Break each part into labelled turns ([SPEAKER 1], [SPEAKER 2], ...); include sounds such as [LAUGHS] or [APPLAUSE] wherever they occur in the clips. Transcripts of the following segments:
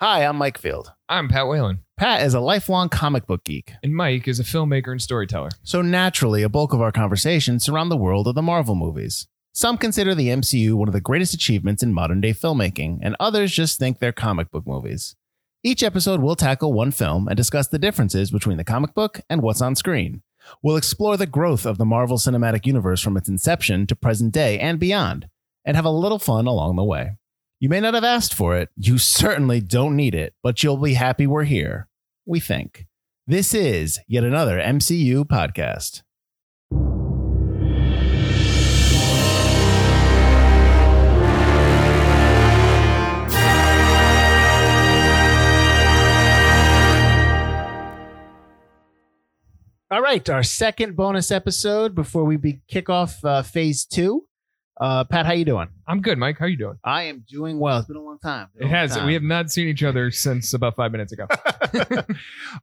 [SPEAKER 1] Hi, I'm Mike Field.
[SPEAKER 2] I'm Pat Whalen,
[SPEAKER 1] Pat is a lifelong comic book geek,
[SPEAKER 2] and Mike is a filmmaker and storyteller.
[SPEAKER 1] so naturally, a bulk of our conversations surround the world of the Marvel movies. Some consider the MCU one of the greatest achievements in modern day filmmaking, and others just think they're comic book movies. Each episode will tackle one film and discuss the differences between the comic book and what's on screen. We'll explore the growth of the Marvel Cinematic Universe from its inception to present day and beyond, and have a little fun along the way. You may not have asked for it, you certainly don't need it, but you'll be happy we're here. We think. This is yet another MCU podcast. All right, our second bonus episode before we be kick off uh, phase two. Uh, Pat, how you doing?
[SPEAKER 2] I'm good, Mike. How you doing?
[SPEAKER 1] I am doing well. It's been a long time. Been a
[SPEAKER 2] It
[SPEAKER 1] long
[SPEAKER 2] has.
[SPEAKER 1] time.
[SPEAKER 2] We have not seen each other since about five minutes [LAUGHS] ago.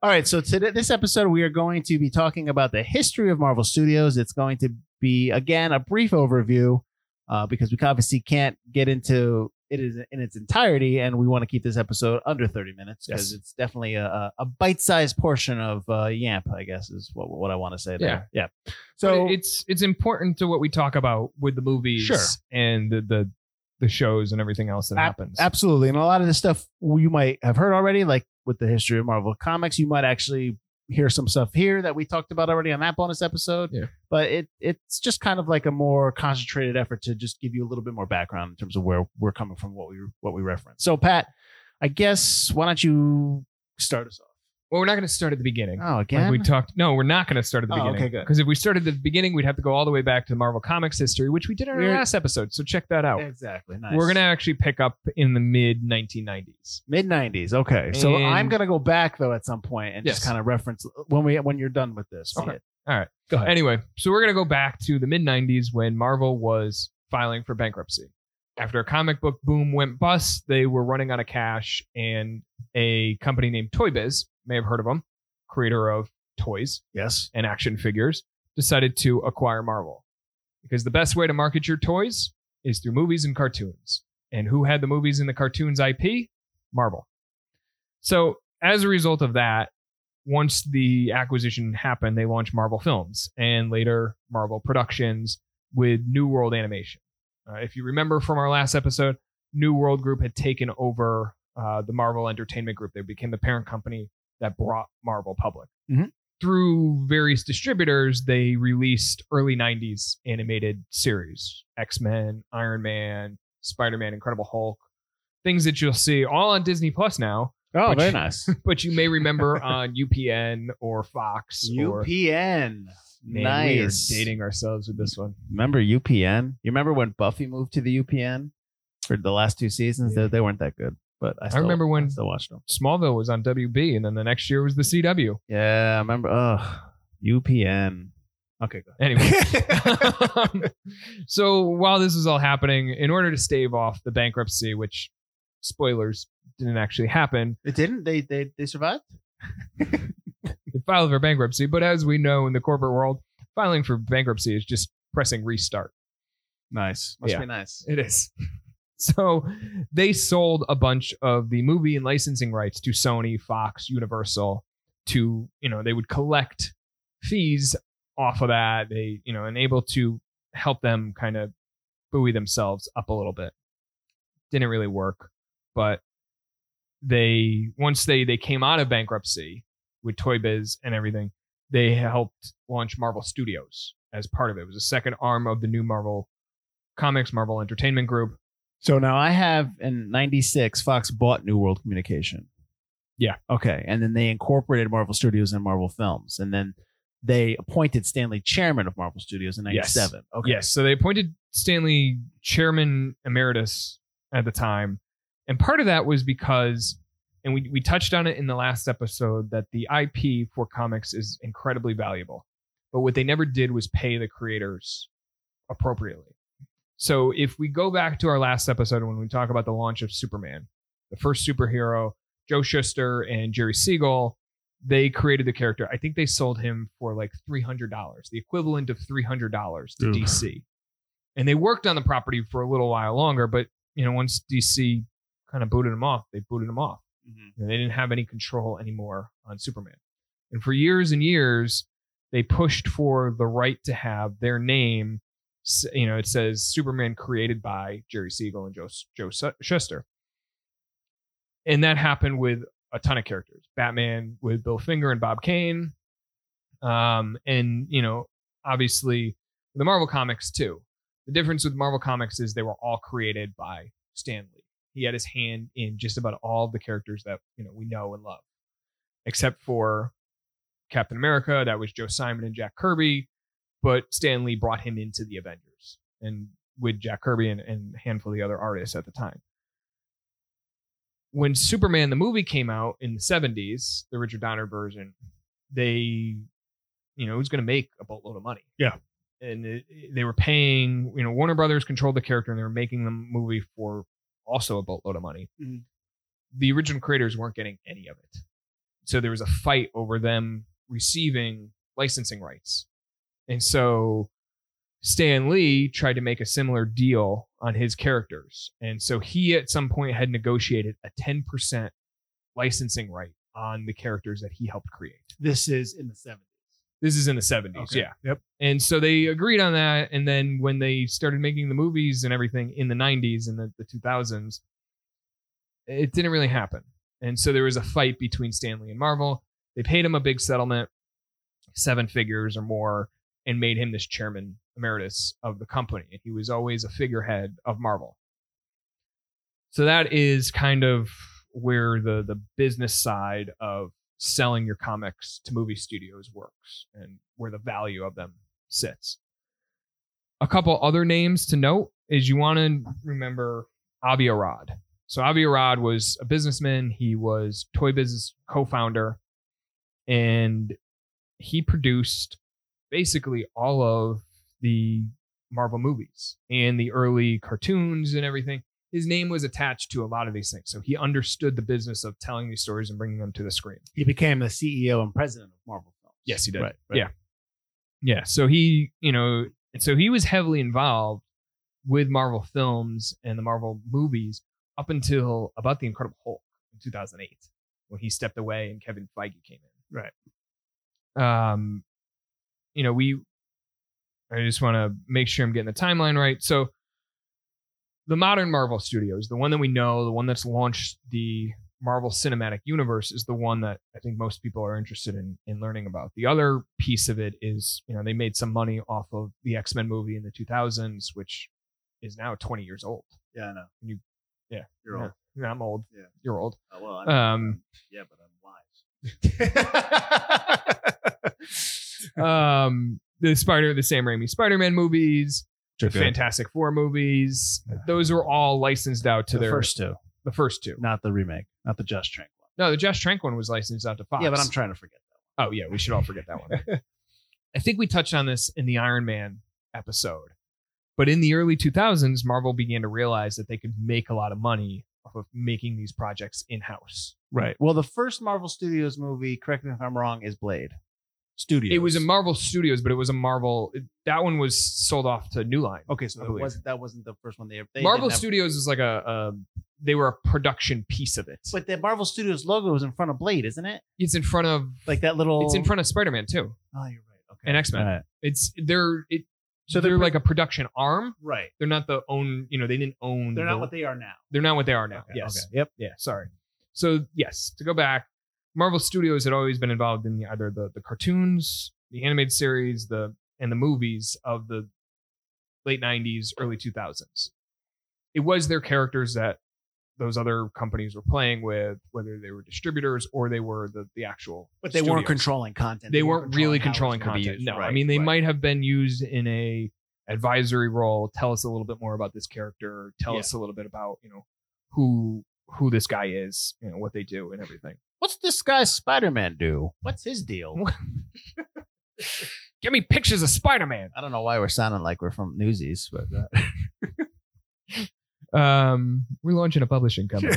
[SPEAKER 1] All right, so today this episode we are going to be talking about the history of Marvel Studios. It's going to be again a brief overview uh, because we obviously can't get into it is in its entirety, and we want to keep this episode under thirty minutes because
[SPEAKER 2] Yes.
[SPEAKER 1] it's definitely a, a- a bite-sized portion of uh, Yamp. I guess is what what I want to say there. Yeah. So
[SPEAKER 2] But it's it's important to what we talk about with the movies
[SPEAKER 1] Sure.
[SPEAKER 2] and the, the the shows and everything else that
[SPEAKER 1] Ab-
[SPEAKER 2] happens.
[SPEAKER 1] Absolutely. And a lot of this stuff you might have heard already, like with the history of Marvel Comics, you might actually hear some stuff here that we talked about already on that bonus episode.
[SPEAKER 2] Yeah.
[SPEAKER 1] But it it's just kind of like a more concentrated effort to just give you a little bit more background in terms of where we're coming from, what we what we reference. So Pat, I guess why don't you start us off?
[SPEAKER 2] well, we're not going to start at the beginning.
[SPEAKER 1] Oh,
[SPEAKER 2] Like
[SPEAKER 1] again.
[SPEAKER 2] we talked. No, we're not going to start at the
[SPEAKER 1] Oh,
[SPEAKER 2] beginning.
[SPEAKER 1] okay, good.
[SPEAKER 2] Because if we started at the beginning, we'd have to go all the way back to the Marvel Comics history, which we did in our
[SPEAKER 1] We're-
[SPEAKER 2] last episode. So check that out.
[SPEAKER 1] exactly. Nice.
[SPEAKER 2] We're going to actually pick up in the mid 1990s.
[SPEAKER 1] mid 90s. Okay. So
[SPEAKER 2] And-
[SPEAKER 1] I'm going to go back though at some point and just
[SPEAKER 2] Yes.
[SPEAKER 1] kind of reference when we when you're done with this.
[SPEAKER 2] Okay.
[SPEAKER 1] See it.
[SPEAKER 2] All right.
[SPEAKER 1] Go ahead.
[SPEAKER 2] Anyway, so we're going to go back to the mid 90s when Marvel was filing for bankruptcy. After a comic book boom went bust, they were running out of cash, and a company named Toy Biz, may have heard of them, creator of toys
[SPEAKER 1] yes.
[SPEAKER 2] and action figures, decided to acquire Marvel. Because the best way to market your toys is through movies and cartoons. And who had the movies and the cartoons IP? Marvel. So, as a result of that, once the acquisition happened, they launched Marvel Films and later Marvel Productions with New World Animation. Uh, if you remember from our last episode, New World Group had taken over uh, the Marvel Entertainment Group. They became the parent company that brought Marvel public through various distributors, they released early 90s animated series X Men, Iron Man, Spider Man, Incredible Hulk, things that you'll see all on Disney Plus now,
[SPEAKER 1] Oh,
[SPEAKER 2] Which-
[SPEAKER 1] very nice.
[SPEAKER 2] but you may remember on UPN or Fox. Or,
[SPEAKER 1] UPN.
[SPEAKER 2] Man,
[SPEAKER 1] nice.
[SPEAKER 2] We are dating ourselves with this one.
[SPEAKER 1] Remember UPN? You remember when Buffy moved to the UPN for the last two seasons? They, they weren't that good, but I, still,
[SPEAKER 2] remember when-
[SPEAKER 1] still watched them.
[SPEAKER 2] Smallville was on WB, and then the next year was the CW.
[SPEAKER 1] Yeah, I remember. Oh, UPN. Okay, go.
[SPEAKER 2] Anyway. [LAUGHS] Um, so while this was all happening, in order to stave off the bankruptcy, which spoilers didn't actually happen,
[SPEAKER 1] it didn't. They they they survived.
[SPEAKER 2] they filed for bankruptcy. But as we know in the corporate world, filing for bankruptcy is just pressing restart.
[SPEAKER 1] Nice.
[SPEAKER 2] Must
[SPEAKER 1] Must
[SPEAKER 2] Yeah.
[SPEAKER 1] be nice.
[SPEAKER 2] It is. [LAUGHS] So they sold a bunch of the movie and licensing rights to Sony, Fox, Universal to, you know, they would collect fees off of that. They, you know, and able to help them kind of buoy themselves up a little bit. Didn't really work, but they once they they came out of bankruptcy with Toy Biz and everything, they helped launch Marvel Studios as part of it. It was a second arm of the new Marvel Comics, Marvel Entertainment Group.
[SPEAKER 1] So now I have in '96, Fox bought New World Communication.
[SPEAKER 2] Yeah.
[SPEAKER 1] Okay, and then they incorporated Marvel Studios and Marvel Films, and then they appointed Stanley chairman of Marvel Studios in
[SPEAKER 2] Yes.
[SPEAKER 1] '97. Okay.
[SPEAKER 2] Yes, so they appointed Stanley chairman emeritus at the time. And part of that was because and we, we touched on it in the last episode that the IP for comics is incredibly valuable. But what they never did was pay the creators appropriately. So if we go back to our last episode when we talk about the launch of Superman, the first superhero, Joe Shuster and Jerry Siegel, they created the character. I think they sold him for like $300, the equivalent of $300 to
[SPEAKER 1] Oof.
[SPEAKER 2] DC. And they worked on the property for a little while longer, but you know, once DC kind of booted him off, they booted him off.
[SPEAKER 1] Mhm.
[SPEAKER 2] And they didn't have any control anymore on Superman. And for years and years, they pushed for the right to have their name. s- You know, it says Superman created by Jerry Siegel and Joe, Joe Su- Shuster. And that happened with a ton of characters Batman with Bill Finger and Bob Kane. Um, and, you know, obviously the Marvel comics too. The difference with Marvel comics is they were all created by Stan Lee. He had his hand in just about all the characters that you know we know and love, except for Captain America. That was Joe Simon and Jack Kirby, but Stan Lee brought him into the Avengers and with Jack Kirby and, and a handful of the other artists at the time. When Superman the movie came out in the 70s, the Richard Donner version, they, you know, it was going to make a boatload of money and it, it- they were paying you know warner brothers controlled the character and they were making the movie for also a boatload of money
[SPEAKER 1] Mhm.
[SPEAKER 2] the original creators weren't getting any of it so there was a fight over them receiving licensing rights and so stan lee tried to make a similar deal on his characters and so he at some point had negotiated a 10% licensing right on the characters that he helped create
[SPEAKER 1] This is in the 70s.
[SPEAKER 2] this is in the 70s.
[SPEAKER 1] Okay.
[SPEAKER 2] Yeah. Yep. And so they agreed on that. And then when they started making the movies and everything in the 90s and the, the 2000s, it didn't really happen. And so there was a fight between Stanley and Marvel. They paid him a big settlement, seven figures or more, and made him this chairman emeritus of the company. And he was always a figurehead of Marvel. So that is kind of where the the business side of selling your comics to movie studios works and where the value of them sits. A couple other names to note is you want to remember Avi Arad. So Avi Arad was a businessman. He was toy business co-founder, and he produced basically all of the Marvel movies and the early cartoons and everything. His name was attached to a lot of these things, so he understood the business of telling these stories and bringing them to the screen.
[SPEAKER 1] He became the CEO and president of Marvel Films.
[SPEAKER 2] Yes, he did.
[SPEAKER 3] Right,
[SPEAKER 2] Yeah. Yeah. So he, you know, and so he was heavily involved with Marvel films and the Marvel movies up until about the Incredible Hulk in 2008 when he stepped away and Kevin Feige came in. Right. Um, you know, we, I just want to make sure I'm getting the timeline right. So the modern Marvel studios, the one that we know, the one that's launched the Marvel Cinematic Universe is the one that I think most people are interested in in learning about. The other piece of it is, you know, they made some money off of the X Men movie in the 2000s, which is now 20 years old.
[SPEAKER 1] Yeah, I know.
[SPEAKER 2] You- yeah.
[SPEAKER 1] You're old.
[SPEAKER 2] Yeah, I'm old.
[SPEAKER 1] Yeah. [LAUGHS]
[SPEAKER 2] You're old.
[SPEAKER 1] Oh, well, I'm,
[SPEAKER 2] Um,
[SPEAKER 1] yeah, but I'm wise.
[SPEAKER 2] um, the Spider, the Sam Raimi Spider Man movies, the Fantastic Four movies, those were all licensed out to
[SPEAKER 1] the
[SPEAKER 2] their
[SPEAKER 1] first two,
[SPEAKER 2] the first two.
[SPEAKER 1] not the remake, not the Just Trank one.
[SPEAKER 2] No, the Josh Trank one was licensed out to Fox.
[SPEAKER 1] Yeah, but I'm trying to forget that.
[SPEAKER 2] Oh yeah, we should all forget that one. [LAUGHS] I think we touched on this in the Iron Man episode. But in the early 2000s, Marvel began to realize that they could make a lot of money off of making these projects in-house.
[SPEAKER 1] Right. Well, the first Marvel Studios movie, correct me if I'm wrong, is Blade. Studios.
[SPEAKER 2] It was a Marvel Studios, but it was a Marvel that one was sold off to New Line.
[SPEAKER 1] okay, so
[SPEAKER 2] I
[SPEAKER 1] that
[SPEAKER 2] believe.
[SPEAKER 1] wasn't that wasn't the first one they, they
[SPEAKER 2] Marvel
[SPEAKER 1] didn't have-
[SPEAKER 2] Studios is like a, a they were a production piece of it.
[SPEAKER 1] But the Marvel Studios logo is in front of Blade, isn't it?
[SPEAKER 2] it's in front of
[SPEAKER 1] Like that little.
[SPEAKER 2] it's in front of Spider-Man too
[SPEAKER 1] Oh, you're right. Okay.
[SPEAKER 2] and X-Men.
[SPEAKER 1] Alright.
[SPEAKER 2] It's they're it
[SPEAKER 1] So
[SPEAKER 2] so
[SPEAKER 1] they're
[SPEAKER 2] they're,
[SPEAKER 1] pro-
[SPEAKER 2] like a production arm.
[SPEAKER 1] Right.
[SPEAKER 2] They're not the own, you know, they didn't own
[SPEAKER 1] They're
[SPEAKER 2] the-
[SPEAKER 1] not what they are now.
[SPEAKER 2] they're not what they are now.
[SPEAKER 1] Okay,
[SPEAKER 2] yes.
[SPEAKER 1] okay. Yep.
[SPEAKER 2] Yeah. Sorry. So yes, to go back, Marvel Studios had always been involved in the, either the the cartoons, the animated series, the and the movies of the late '90s, early 2000s. It was their characters that those other companies were playing with, whether they were distributors or they were the the actual.
[SPEAKER 1] But they weren't
[SPEAKER 2] studios
[SPEAKER 1] controlling content.
[SPEAKER 2] they weren't really
[SPEAKER 1] how it's
[SPEAKER 2] controlling
[SPEAKER 1] gonna be
[SPEAKER 2] content.
[SPEAKER 1] used.
[SPEAKER 2] No, I
[SPEAKER 1] Right,
[SPEAKER 2] mean they
[SPEAKER 1] right.
[SPEAKER 2] might have been used in a advisory role. Tell us a little bit more about this character. Tell
[SPEAKER 1] Yeah.
[SPEAKER 2] us a little bit about you know who who this guy is, you know what they do and everything.
[SPEAKER 3] What's this guy Spider Man do?
[SPEAKER 1] What's his deal?
[SPEAKER 2] Give me pictures of Spider Man.
[SPEAKER 3] I don't know why we're sounding like we're from Newsies, but
[SPEAKER 2] [LAUGHS]
[SPEAKER 3] uh,
[SPEAKER 2] Um, we're launching a
[SPEAKER 1] [LAUGHS]
[SPEAKER 2] publishing [LAUGHS] company.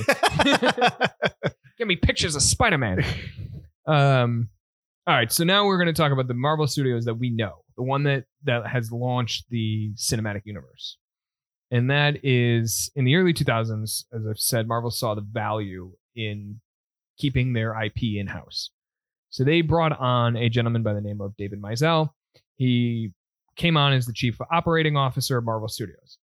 [SPEAKER 2] Give me pictures of Spider Man. um, all right, so now we're going to talk about the Marvel Studios that we know, the one that that has launched the cinematic universe, and that is in the early 2000s. As I've said, Marvel saw the value in keeping their IP in house. So they brought on a gentleman by the name of David Mizell. He came on as the chief operating officer of Marvel Studios.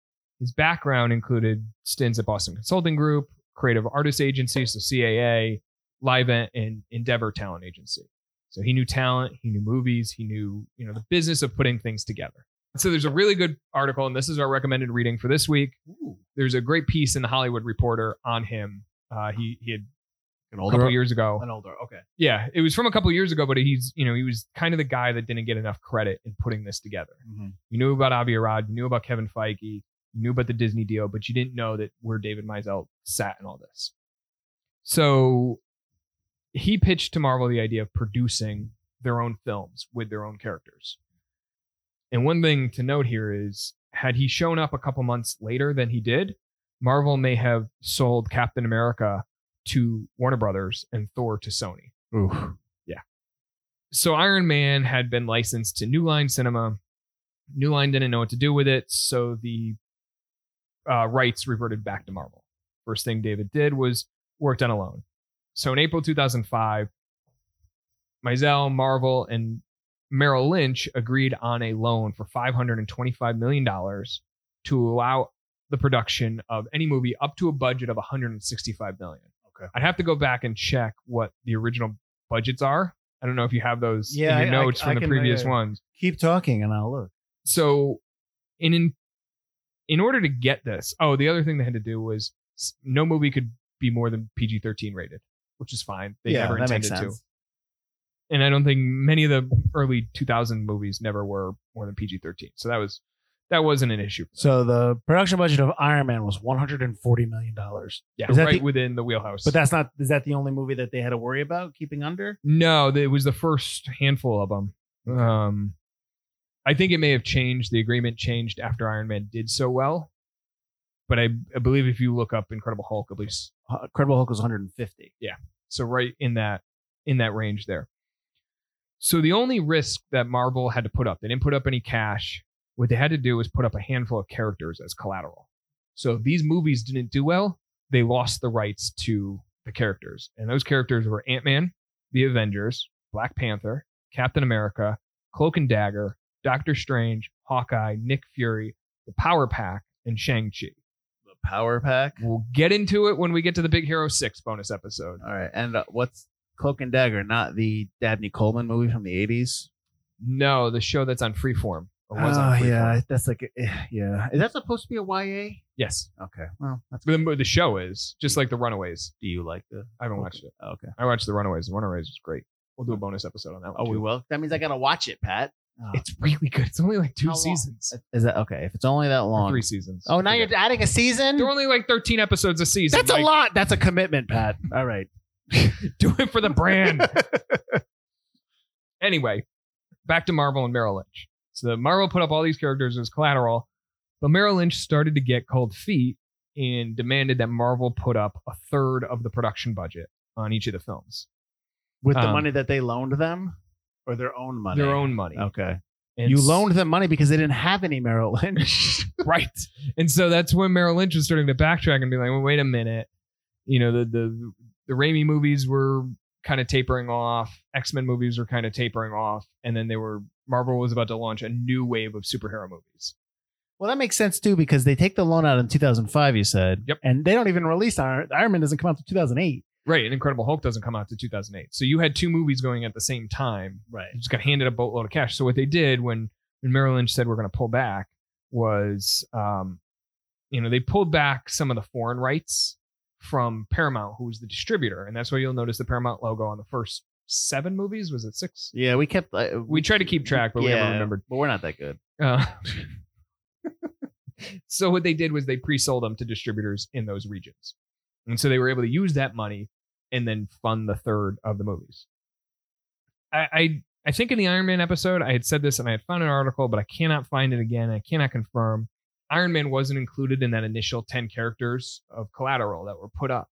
[SPEAKER 2] His background included stints at Boston Consulting Group, Creative Artist Agency, so CAA, Live Ent, and Endeavor Talent Agency. So he knew talent, he knew movies, he knew you know the business of putting things together. So there's a really good article, and this is our recommended reading for this week. There's a great piece in the Hollywood Reporter on him. Uh, he he had
[SPEAKER 1] An
[SPEAKER 2] a couple years ago.
[SPEAKER 1] An older. Okay.
[SPEAKER 2] Yeah, it was from a couple years ago, but he's you know he was kind of the guy that didn't get enough credit in putting this together.
[SPEAKER 1] Mm-hmm.
[SPEAKER 2] You knew about Avi Arad, you knew about Kevin Feige, you knew about the Disney deal, but you didn't know that where David Mizell sat in all this. So he pitched to Marvel the idea of producing their own films with their own characters. And one thing to note here is had he shown up a couple months later than he did, Marvel may have sold Captain America to Warner Brothers and Thor to Sony
[SPEAKER 3] Ooh.
[SPEAKER 2] so Iron Man had been licensed to New Line Cinema. New Line didn't know what to do with it, so the uh, rights reverted back to Marvel. First thing David did was worked on a loan. So in April 2005, Mizell, Marvel, and Merrill Lynch agreed on a loan for $525 million to allow the production of any movie up to a budget of $165 million.
[SPEAKER 1] Okay.
[SPEAKER 2] I'd have to go back and check what the original budgets are. I don't know if you have those
[SPEAKER 1] Yeah,
[SPEAKER 2] in your
[SPEAKER 1] I- I-
[SPEAKER 2] notes
[SPEAKER 1] I
[SPEAKER 2] from the
[SPEAKER 1] can- uh,
[SPEAKER 2] previous
[SPEAKER 1] yeah.
[SPEAKER 2] ones.
[SPEAKER 1] Keep talking, and I'll look.
[SPEAKER 2] So, in, in in order to get this, oh, the other thing they had to do was s- no movie could be more than PG thirteen rated, which is fine. They
[SPEAKER 1] Yeah,
[SPEAKER 2] never
[SPEAKER 1] that
[SPEAKER 2] intended
[SPEAKER 1] makes
[SPEAKER 2] to,
[SPEAKER 1] sense.
[SPEAKER 2] and I don't think many of the early two thousand movies never were more than PG thirteen. So that was that wasn't an issue. for them.
[SPEAKER 1] So the production budget of Iron Man was 140 million dollars.
[SPEAKER 2] yeah,
[SPEAKER 1] is that
[SPEAKER 2] right
[SPEAKER 1] the-
[SPEAKER 2] within the wheelhouse.
[SPEAKER 1] But that's not. Is that the only movie that they had to worry about keeping under?
[SPEAKER 2] No, th- it was the first handful of them. Um, I think it may have changed. The agreement changed after Iron Man did so well. But I, I believe if you look up Incredible Hulk, at least
[SPEAKER 1] Uh, Incredible Hulk was 150.
[SPEAKER 2] so right in that in that range there. So the only risk that Marvel had to put up, they didn't put up any cash. What they had to do was put up a handful of characters as collateral. So if these movies didn't do well, they lost the rights to the characters. And those characters were Ant-Man, the Avengers, Black Panther, Captain America, Cloak and Dagger, Doctor Strange, Hawkeye, Nick Fury, the Power Pack, and Shang-Chi.
[SPEAKER 1] The Power Pack.
[SPEAKER 2] We'll get into it when we get to the Big Hero 6 bonus episode.
[SPEAKER 1] All right. And uh, what's Cloak and Dagger? Not the Dabney Coleman movie from the 80s.
[SPEAKER 2] No, the show that's on Freeform. Or was
[SPEAKER 1] Oh,
[SPEAKER 2] on Freeform.
[SPEAKER 1] yeah, that's like eh, yeah. Is that supposed to be a YA?
[SPEAKER 2] Yes.
[SPEAKER 1] Okay. Well, that's
[SPEAKER 2] But the, the show is just like The Runaways.
[SPEAKER 1] Do you like the?
[SPEAKER 2] I haven't watched it.
[SPEAKER 1] Oh, okay.
[SPEAKER 2] I watched The Runaways. The Runaways is great. We'll do a bonus episode on that one.
[SPEAKER 1] Oh, we
[SPEAKER 2] too.
[SPEAKER 1] will. That means I gotta watch it, Pat. Oh.
[SPEAKER 2] It's really good. It's only like two
[SPEAKER 1] How long?
[SPEAKER 2] seasons.
[SPEAKER 1] Is that okay? If it's only that
[SPEAKER 2] Or
[SPEAKER 1] long.
[SPEAKER 2] Three seasons.
[SPEAKER 1] Oh, now
[SPEAKER 2] I
[SPEAKER 1] you're
[SPEAKER 2] forget.
[SPEAKER 1] adding a season.
[SPEAKER 2] They're only like 13 episodes a season.
[SPEAKER 1] That's a
[SPEAKER 2] Like,
[SPEAKER 1] lot. That's a commitment, Pat. All right.
[SPEAKER 2] [LAUGHS] Do it for the brand. anyway, back to Marvel and Merrill Lynch. So Marvel put up all these characters as collateral, but Merrill Lynch started to get cold feet and demanded that Marvel put up a third of the production budget on each of the films.
[SPEAKER 1] With the
[SPEAKER 2] Um,
[SPEAKER 1] money that they loaned them, or their own money.
[SPEAKER 2] Their own money.
[SPEAKER 1] Okay.
[SPEAKER 2] And
[SPEAKER 1] you
[SPEAKER 2] s-
[SPEAKER 1] loaned them money because they didn't have any Merrill [LAUGHS]
[SPEAKER 2] [LAUGHS]
[SPEAKER 1] Lynch.
[SPEAKER 2] right. And so that's when Merrill Lynch was starting to backtrack and be like, well, wait a minute. You know, the the the Raimi movies were kind of tapering off, X-Men movies were kind of tapering off, and then they were Marvel was about to launch a new wave of superhero movies.
[SPEAKER 1] well, that makes sense too because they take the loan out in 2005. You said.
[SPEAKER 2] Yep.
[SPEAKER 1] And they don't even release Iron, Iron Man doesn't come out till 2008.
[SPEAKER 2] Right, and Incredible Hulk doesn't come out to 2008. So you had two movies going at the same time.
[SPEAKER 1] Right.
[SPEAKER 2] You just got handed a boatload of cash. So what they did when, when Merrill Lynch said we're going to pull back was, um, you know, they pulled back some of the foreign rights from Paramount, who was the distributor, and that's why you'll notice the Paramount logo on the first seven movies. Was it six?
[SPEAKER 1] Yeah, we kept. Uh,
[SPEAKER 2] We tried to keep track, but we never
[SPEAKER 1] Yeah,
[SPEAKER 2] remembered.
[SPEAKER 1] But we're not that good.
[SPEAKER 2] Uh, [LAUGHS] so what they did was they pre-sold them to distributors in those regions, and so they were able to use that money and then fund the third of the movies. I I, I think in the Iron Man episode I had said this and I had found an article, but I cannot find it again. I cannot confirm. Iron Man wasn't included in that initial ten characters of collateral that were put up.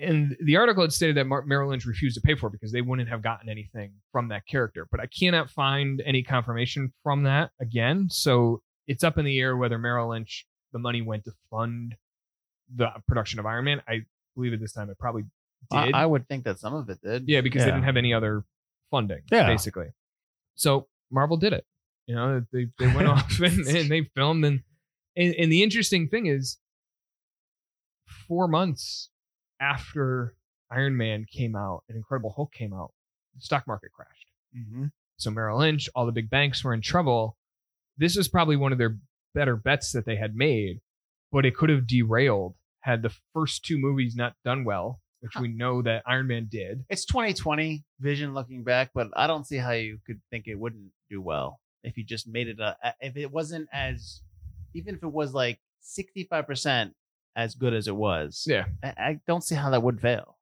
[SPEAKER 2] And the article had stated that Mar- Merrill Lynch refused to pay for it because they wouldn't have gotten anything from that character. But I cannot find any confirmation from that again. So it's up in the air whether Merrill Lynch the money went to fund the production of Iron Man. I believe at this time it probably
[SPEAKER 1] I,
[SPEAKER 2] did.
[SPEAKER 1] I would think that some of it did.
[SPEAKER 2] Yeah, because they
[SPEAKER 3] Yeah.
[SPEAKER 2] didn't have any other funding,
[SPEAKER 3] Yeah.
[SPEAKER 2] basically. So Marvel did it. You know, they, they
[SPEAKER 3] [LAUGHS]
[SPEAKER 2] went off and, and they filmed. And, and, and the interesting thing is, four months after Iron Man came out and Incredible Hulk came out, the stock market crashed.
[SPEAKER 1] Mhm.
[SPEAKER 2] So Merrill Lynch, all the big banks were in trouble. This was probably one of their better bets that they had made, but it could have derailed had the first two movies not done well, which we know that Iron Man did.
[SPEAKER 1] It's 2020 vision looking back, but I don't see how you could think it wouldn't do well if you just made it a, if it wasn't as even if it was like 65% as good as it was.
[SPEAKER 2] Yeah.
[SPEAKER 1] I, I don't see how that would fail.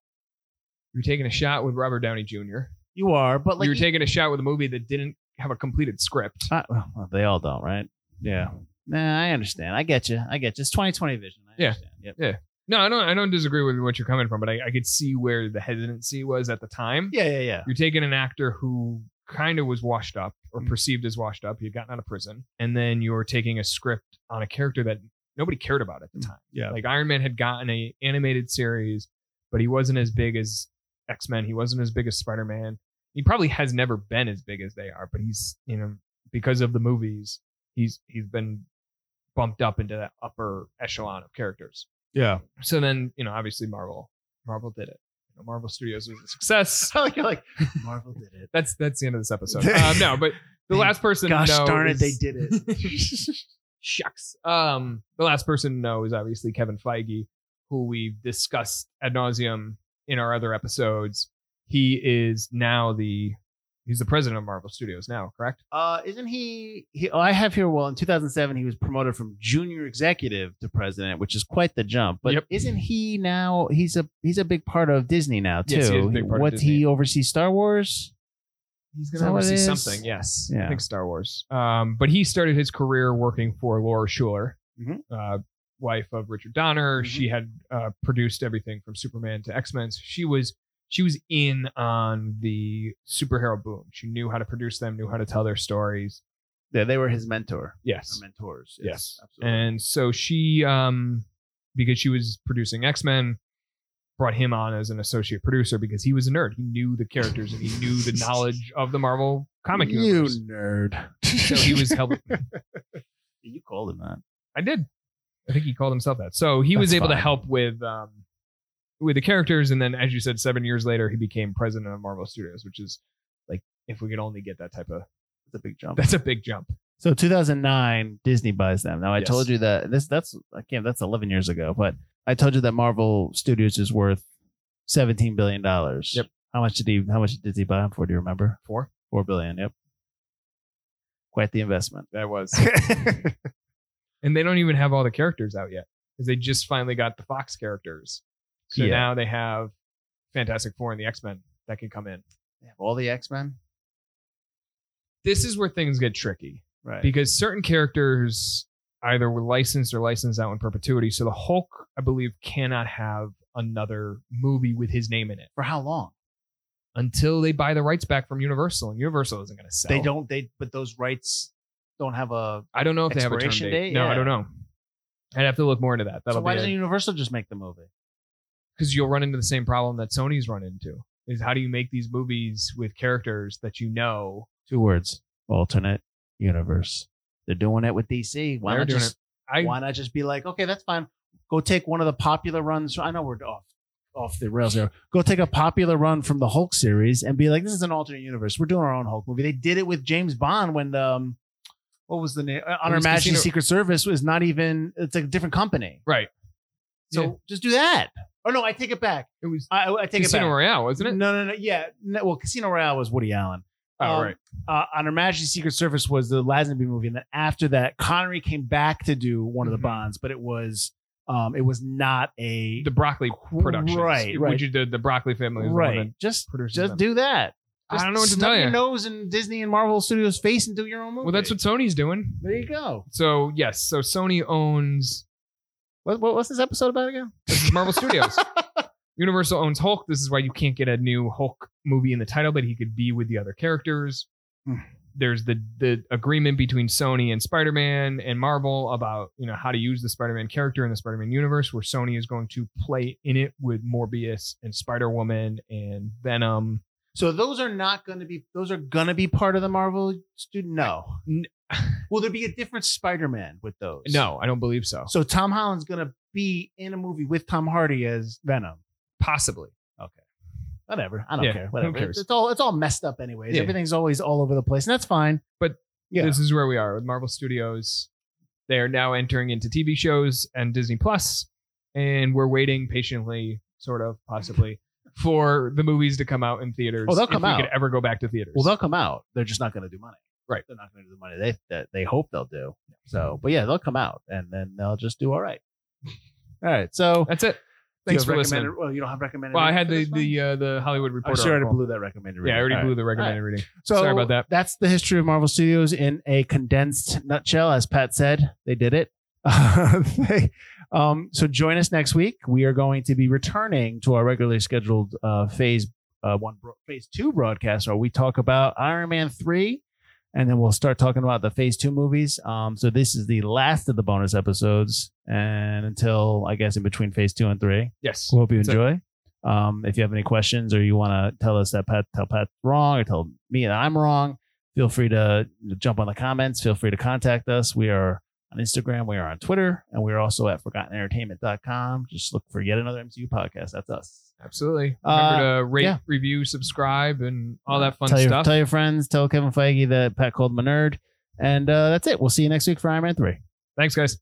[SPEAKER 2] You're taking a shot with Robert Downey Jr.
[SPEAKER 1] You are, but like
[SPEAKER 2] You're
[SPEAKER 1] you-
[SPEAKER 2] taking a shot with a movie that didn't have a completed script.
[SPEAKER 1] I, well, they all don't, right? Yeah. Nah, I understand. I get you. I get you. It's 2020 vision. I
[SPEAKER 2] Yeah.
[SPEAKER 1] Understand. Yep.
[SPEAKER 2] No, I don't. I don't disagree with what you're coming from, but I, I could see where the hesitancy was at the time.
[SPEAKER 1] Yeah. Yeah. Yeah.
[SPEAKER 2] You're taking an actor who kind of was washed up or
[SPEAKER 1] Mm.
[SPEAKER 2] perceived as washed up. He'd gotten out of prison, and then you're taking a script on a character that nobody cared about at the
[SPEAKER 1] Mm.
[SPEAKER 2] time.
[SPEAKER 1] Yeah.
[SPEAKER 2] Like Iron Man had gotten a animated series, but he wasn't as big as X Men. He wasn't as big as Spider Man. He probably has never been as big as they are, but he's you know because of the movies, he's he's been bumped up into that upper echelon of characters.
[SPEAKER 3] Yeah.
[SPEAKER 2] So then you know obviously Marvel, Marvel did it. You know, Marvel Studios was a success. [LAUGHS]
[SPEAKER 1] So you're like, Marvel did it.
[SPEAKER 2] That's that's the end of
[SPEAKER 1] [LAUGHS]
[SPEAKER 2] this episode. Uh, no, but the last person. to
[SPEAKER 1] Gosh
[SPEAKER 2] know
[SPEAKER 1] darn it,
[SPEAKER 2] is-
[SPEAKER 1] they did it.
[SPEAKER 2] [LAUGHS] Shucks. Um, the last person to know is obviously Kevin Feige, who we've discussed ad nauseum in our other episodes. He is now the he's the president of Marvel Studios now, correct?
[SPEAKER 1] Uh, isn't he? he oh, I have here. Well, in 2007, he was promoted from junior executive to president, which is quite the jump. But
[SPEAKER 2] Yep.
[SPEAKER 1] isn't he now? He's a he's a big part of Disney now too.
[SPEAKER 2] Yes, he is a big part of
[SPEAKER 1] What's
[SPEAKER 2] Disney.
[SPEAKER 1] he oversee? Star Wars.
[SPEAKER 2] He's
[SPEAKER 1] Is that
[SPEAKER 2] gonna
[SPEAKER 1] what
[SPEAKER 2] oversee
[SPEAKER 1] it is?
[SPEAKER 2] something, yes. I
[SPEAKER 1] Yeah.
[SPEAKER 2] think Star Wars. Um, but he started his career working for Laura Schuler,
[SPEAKER 1] Mhm.
[SPEAKER 2] uh, wife of Richard Donner.
[SPEAKER 1] Mhm.
[SPEAKER 2] She had uh, produced everything from Superman to X Men. She was she was in on the superhero boom. She knew how to produce them, knew how to tell their stories.
[SPEAKER 1] Yeah, they were his mentor.
[SPEAKER 2] Yes.
[SPEAKER 1] Or mentors.
[SPEAKER 2] Yes.
[SPEAKER 1] absolutely.
[SPEAKER 2] And so she, um, because she was producing X Men, brought him on as an associate producer because he was a nerd. He knew the characters and he knew [LAUGHS] the knowledge of the Marvel comic
[SPEAKER 1] you
[SPEAKER 2] universe.
[SPEAKER 1] nerd. [LAUGHS]
[SPEAKER 2] So he
[SPEAKER 3] [LAUGHS]
[SPEAKER 2] was helping.
[SPEAKER 1] You called him that.
[SPEAKER 2] I did. I think he called himself that. So he was
[SPEAKER 3] That's
[SPEAKER 2] able to
[SPEAKER 3] fine.
[SPEAKER 2] help with um, with the characters, and then, as you said, seven years later, he became president of Marvel Studios, which is like if we could only get that type of
[SPEAKER 1] It's a big jump.
[SPEAKER 2] that's a big jump.
[SPEAKER 1] So 2009, Disney buys them. Now I
[SPEAKER 2] Yes.
[SPEAKER 1] told you that this that's I can't that's 11 years ago, but I told you that Marvel Studios is worth 17 billion dollars.
[SPEAKER 2] Yep.
[SPEAKER 1] How much did he How much did Disney buy them for? Do you remember?
[SPEAKER 2] Four.
[SPEAKER 1] Four billion. Yep. Quite the investment.
[SPEAKER 2] That
[SPEAKER 1] [LAUGHS]
[SPEAKER 2] was, and they don't even have all the characters out yet because they just finally got the Fox characters. So
[SPEAKER 1] Yeah.
[SPEAKER 2] now they have Fantastic Four and the X Men that can come in.
[SPEAKER 1] They have all the X Men.
[SPEAKER 2] This is where things get tricky.
[SPEAKER 1] Right.
[SPEAKER 2] because certain characters either were licensed or licensed out in perpetuity. So the Hulk, I believe, cannot have another movie with his name in it
[SPEAKER 1] for how long?
[SPEAKER 2] until they buy the rights back from Universal, and Universal isn't going to sell.
[SPEAKER 1] They don't. They but those rights don't have a.
[SPEAKER 2] I don't know if they have a term
[SPEAKER 1] Expiration
[SPEAKER 2] date.
[SPEAKER 1] date?
[SPEAKER 2] No, I
[SPEAKER 1] Yeah.
[SPEAKER 2] don't know. I'd have to look more into that.
[SPEAKER 1] so
[SPEAKER 2] That'll
[SPEAKER 1] why
[SPEAKER 2] be
[SPEAKER 1] doesn't
[SPEAKER 2] because
[SPEAKER 1] Universal just make the movie?
[SPEAKER 2] you'll run into the same problem that Sony's run into is how do you make these movies with characters that you know?
[SPEAKER 1] Two words. Alternate universe. They're doing it with DC. Why
[SPEAKER 2] They're
[SPEAKER 1] not
[SPEAKER 2] doing
[SPEAKER 1] just
[SPEAKER 2] I
[SPEAKER 1] why not just be like, okay, that's fine. Go take one of the popular runs. I know we're off off the rails there. Go take a popular run from the Hulk series and be like, this is an alternate universe. We're doing our own Hulk movie. They did it with James Bond when um, what was the name? Uh, Honor
[SPEAKER 2] was
[SPEAKER 1] Majesty's
[SPEAKER 2] Casino-
[SPEAKER 1] Secret Service was not even. It's a different company.
[SPEAKER 2] right.
[SPEAKER 1] So
[SPEAKER 2] Yeah.
[SPEAKER 1] just do that. Oh no, I take it back.
[SPEAKER 2] It was
[SPEAKER 1] I, I take
[SPEAKER 2] Casino
[SPEAKER 1] it back.
[SPEAKER 2] Royale, wasn't it?
[SPEAKER 1] No, no, no. Yeah, no, well, Casino Royale was Woody Allen
[SPEAKER 2] oh,
[SPEAKER 1] um,
[SPEAKER 2] right.
[SPEAKER 1] uh, on Her Majesty's Secret Service was the Lazenby movie, and then after that, Connery came back to do one of
[SPEAKER 2] Mhm.
[SPEAKER 1] the Bonds, but it was um, it was not a
[SPEAKER 2] The Broccoli Productions,
[SPEAKER 1] Right, right.
[SPEAKER 2] Which you did the Broccoli family, was the one that
[SPEAKER 1] right. Just
[SPEAKER 2] produces
[SPEAKER 1] just
[SPEAKER 2] them.
[SPEAKER 1] do that.
[SPEAKER 2] I
[SPEAKER 1] Just
[SPEAKER 2] don't know what to
[SPEAKER 1] snub
[SPEAKER 2] tell
[SPEAKER 1] Your
[SPEAKER 2] you.
[SPEAKER 1] nose in Disney and Marvel Studios' face and do your own movie.
[SPEAKER 2] Well, that's what Sony's doing.
[SPEAKER 1] There you go.
[SPEAKER 2] So yes, so Sony owns
[SPEAKER 1] What, what what's this episode about again?
[SPEAKER 2] Marvel Studios. Universal owns Hulk. This is why you can't get a new Hulk movie in the title, but he could be with the other characters.
[SPEAKER 1] Hmm.
[SPEAKER 2] there's the the agreement between Sony and Spider-Man and Marvel about you know how to use the Spider-Man character in the Spider-Man universe, where Sony is going to play in it with Morbius and Spider-Woman and Venom.
[SPEAKER 1] So those are not going to be those are going to be part of the Marvel student. No.
[SPEAKER 2] N-
[SPEAKER 1] Will there be a different Spider-Man with those?
[SPEAKER 2] No, I don't believe so.
[SPEAKER 1] So Tom Holland's going to be in a movie with Tom Hardy as Venom.
[SPEAKER 2] Possibly.
[SPEAKER 1] Whatever. I don't
[SPEAKER 2] Yeah,
[SPEAKER 1] care.
[SPEAKER 2] who
[SPEAKER 1] Whatever.
[SPEAKER 2] cares?
[SPEAKER 1] It's all it's all messed up anyways.
[SPEAKER 2] Yeah.
[SPEAKER 1] Everything's always all over the place, and that's fine. Yeah.
[SPEAKER 2] This is where we are with Marvel Studios. They are now entering into TV shows and Disney Plus, and we're waiting patiently, sort of,
[SPEAKER 1] [LAUGHS]
[SPEAKER 2] possibly, for the movies to come out in theaters.
[SPEAKER 1] Oh, they'll
[SPEAKER 2] if
[SPEAKER 1] come
[SPEAKER 2] we
[SPEAKER 1] out.
[SPEAKER 2] Could ever go back to theaters?
[SPEAKER 1] Well, they'll come out. They're just not going to do money.
[SPEAKER 2] Right.
[SPEAKER 1] They're not going to do the money they that they hope they'll do. So, but yeah, they'll come out and then they'll just do all right. All right. So
[SPEAKER 2] That's
[SPEAKER 1] do
[SPEAKER 2] it.
[SPEAKER 1] you
[SPEAKER 2] Thanks
[SPEAKER 1] have
[SPEAKER 2] for listening.
[SPEAKER 1] recommended- Well, you don't have recommended.
[SPEAKER 2] Well, I
[SPEAKER 1] reading
[SPEAKER 2] had
[SPEAKER 1] for
[SPEAKER 2] the
[SPEAKER 1] this one?
[SPEAKER 2] the uh, the Hollywood
[SPEAKER 1] I'm
[SPEAKER 2] Reporter.
[SPEAKER 1] sure I already
[SPEAKER 2] article.
[SPEAKER 1] blew that recommended.
[SPEAKER 2] yeah, I
[SPEAKER 1] reading.
[SPEAKER 2] already
[SPEAKER 1] All right.
[SPEAKER 2] blew the recommended reading.
[SPEAKER 1] So
[SPEAKER 2] Sorry about that.
[SPEAKER 1] That's the history of Marvel Studios in a condensed nutshell, as Pat said. They did it. [LAUGHS] They- um, so join us next week. We are going to be returning to our regularly scheduled uh, phase uh, one, bro- phase two broadcast, where we talk about Iron Man three, and then we'll start talking about the phase two movies. Um, so this is the last of the bonus episodes, and until I guess in between phase two and three.
[SPEAKER 2] Yes.
[SPEAKER 1] We hope you
[SPEAKER 2] That's it.
[SPEAKER 1] enjoy. Um, if you have any questions or you want to tell us that Pat tell Pat's wrong or tell me that I'm wrong, feel free to jump on the comments. Feel free to contact us. We are on Instagram, we are on Twitter, and we are also at forgottenentertainment.com. Just look for yet another MCU podcast. That's us.
[SPEAKER 2] Absolutely.
[SPEAKER 1] Uh,
[SPEAKER 2] Remember to rate,
[SPEAKER 1] yeah.
[SPEAKER 2] review, subscribe, and all that fun
[SPEAKER 1] tell your,
[SPEAKER 2] stuff.
[SPEAKER 1] Tell your friends. Tell Kevin Feige that Pat called him a nerd. And uh, that's it. We'll see you next week for Iron Man 3.
[SPEAKER 2] Thanks, guys.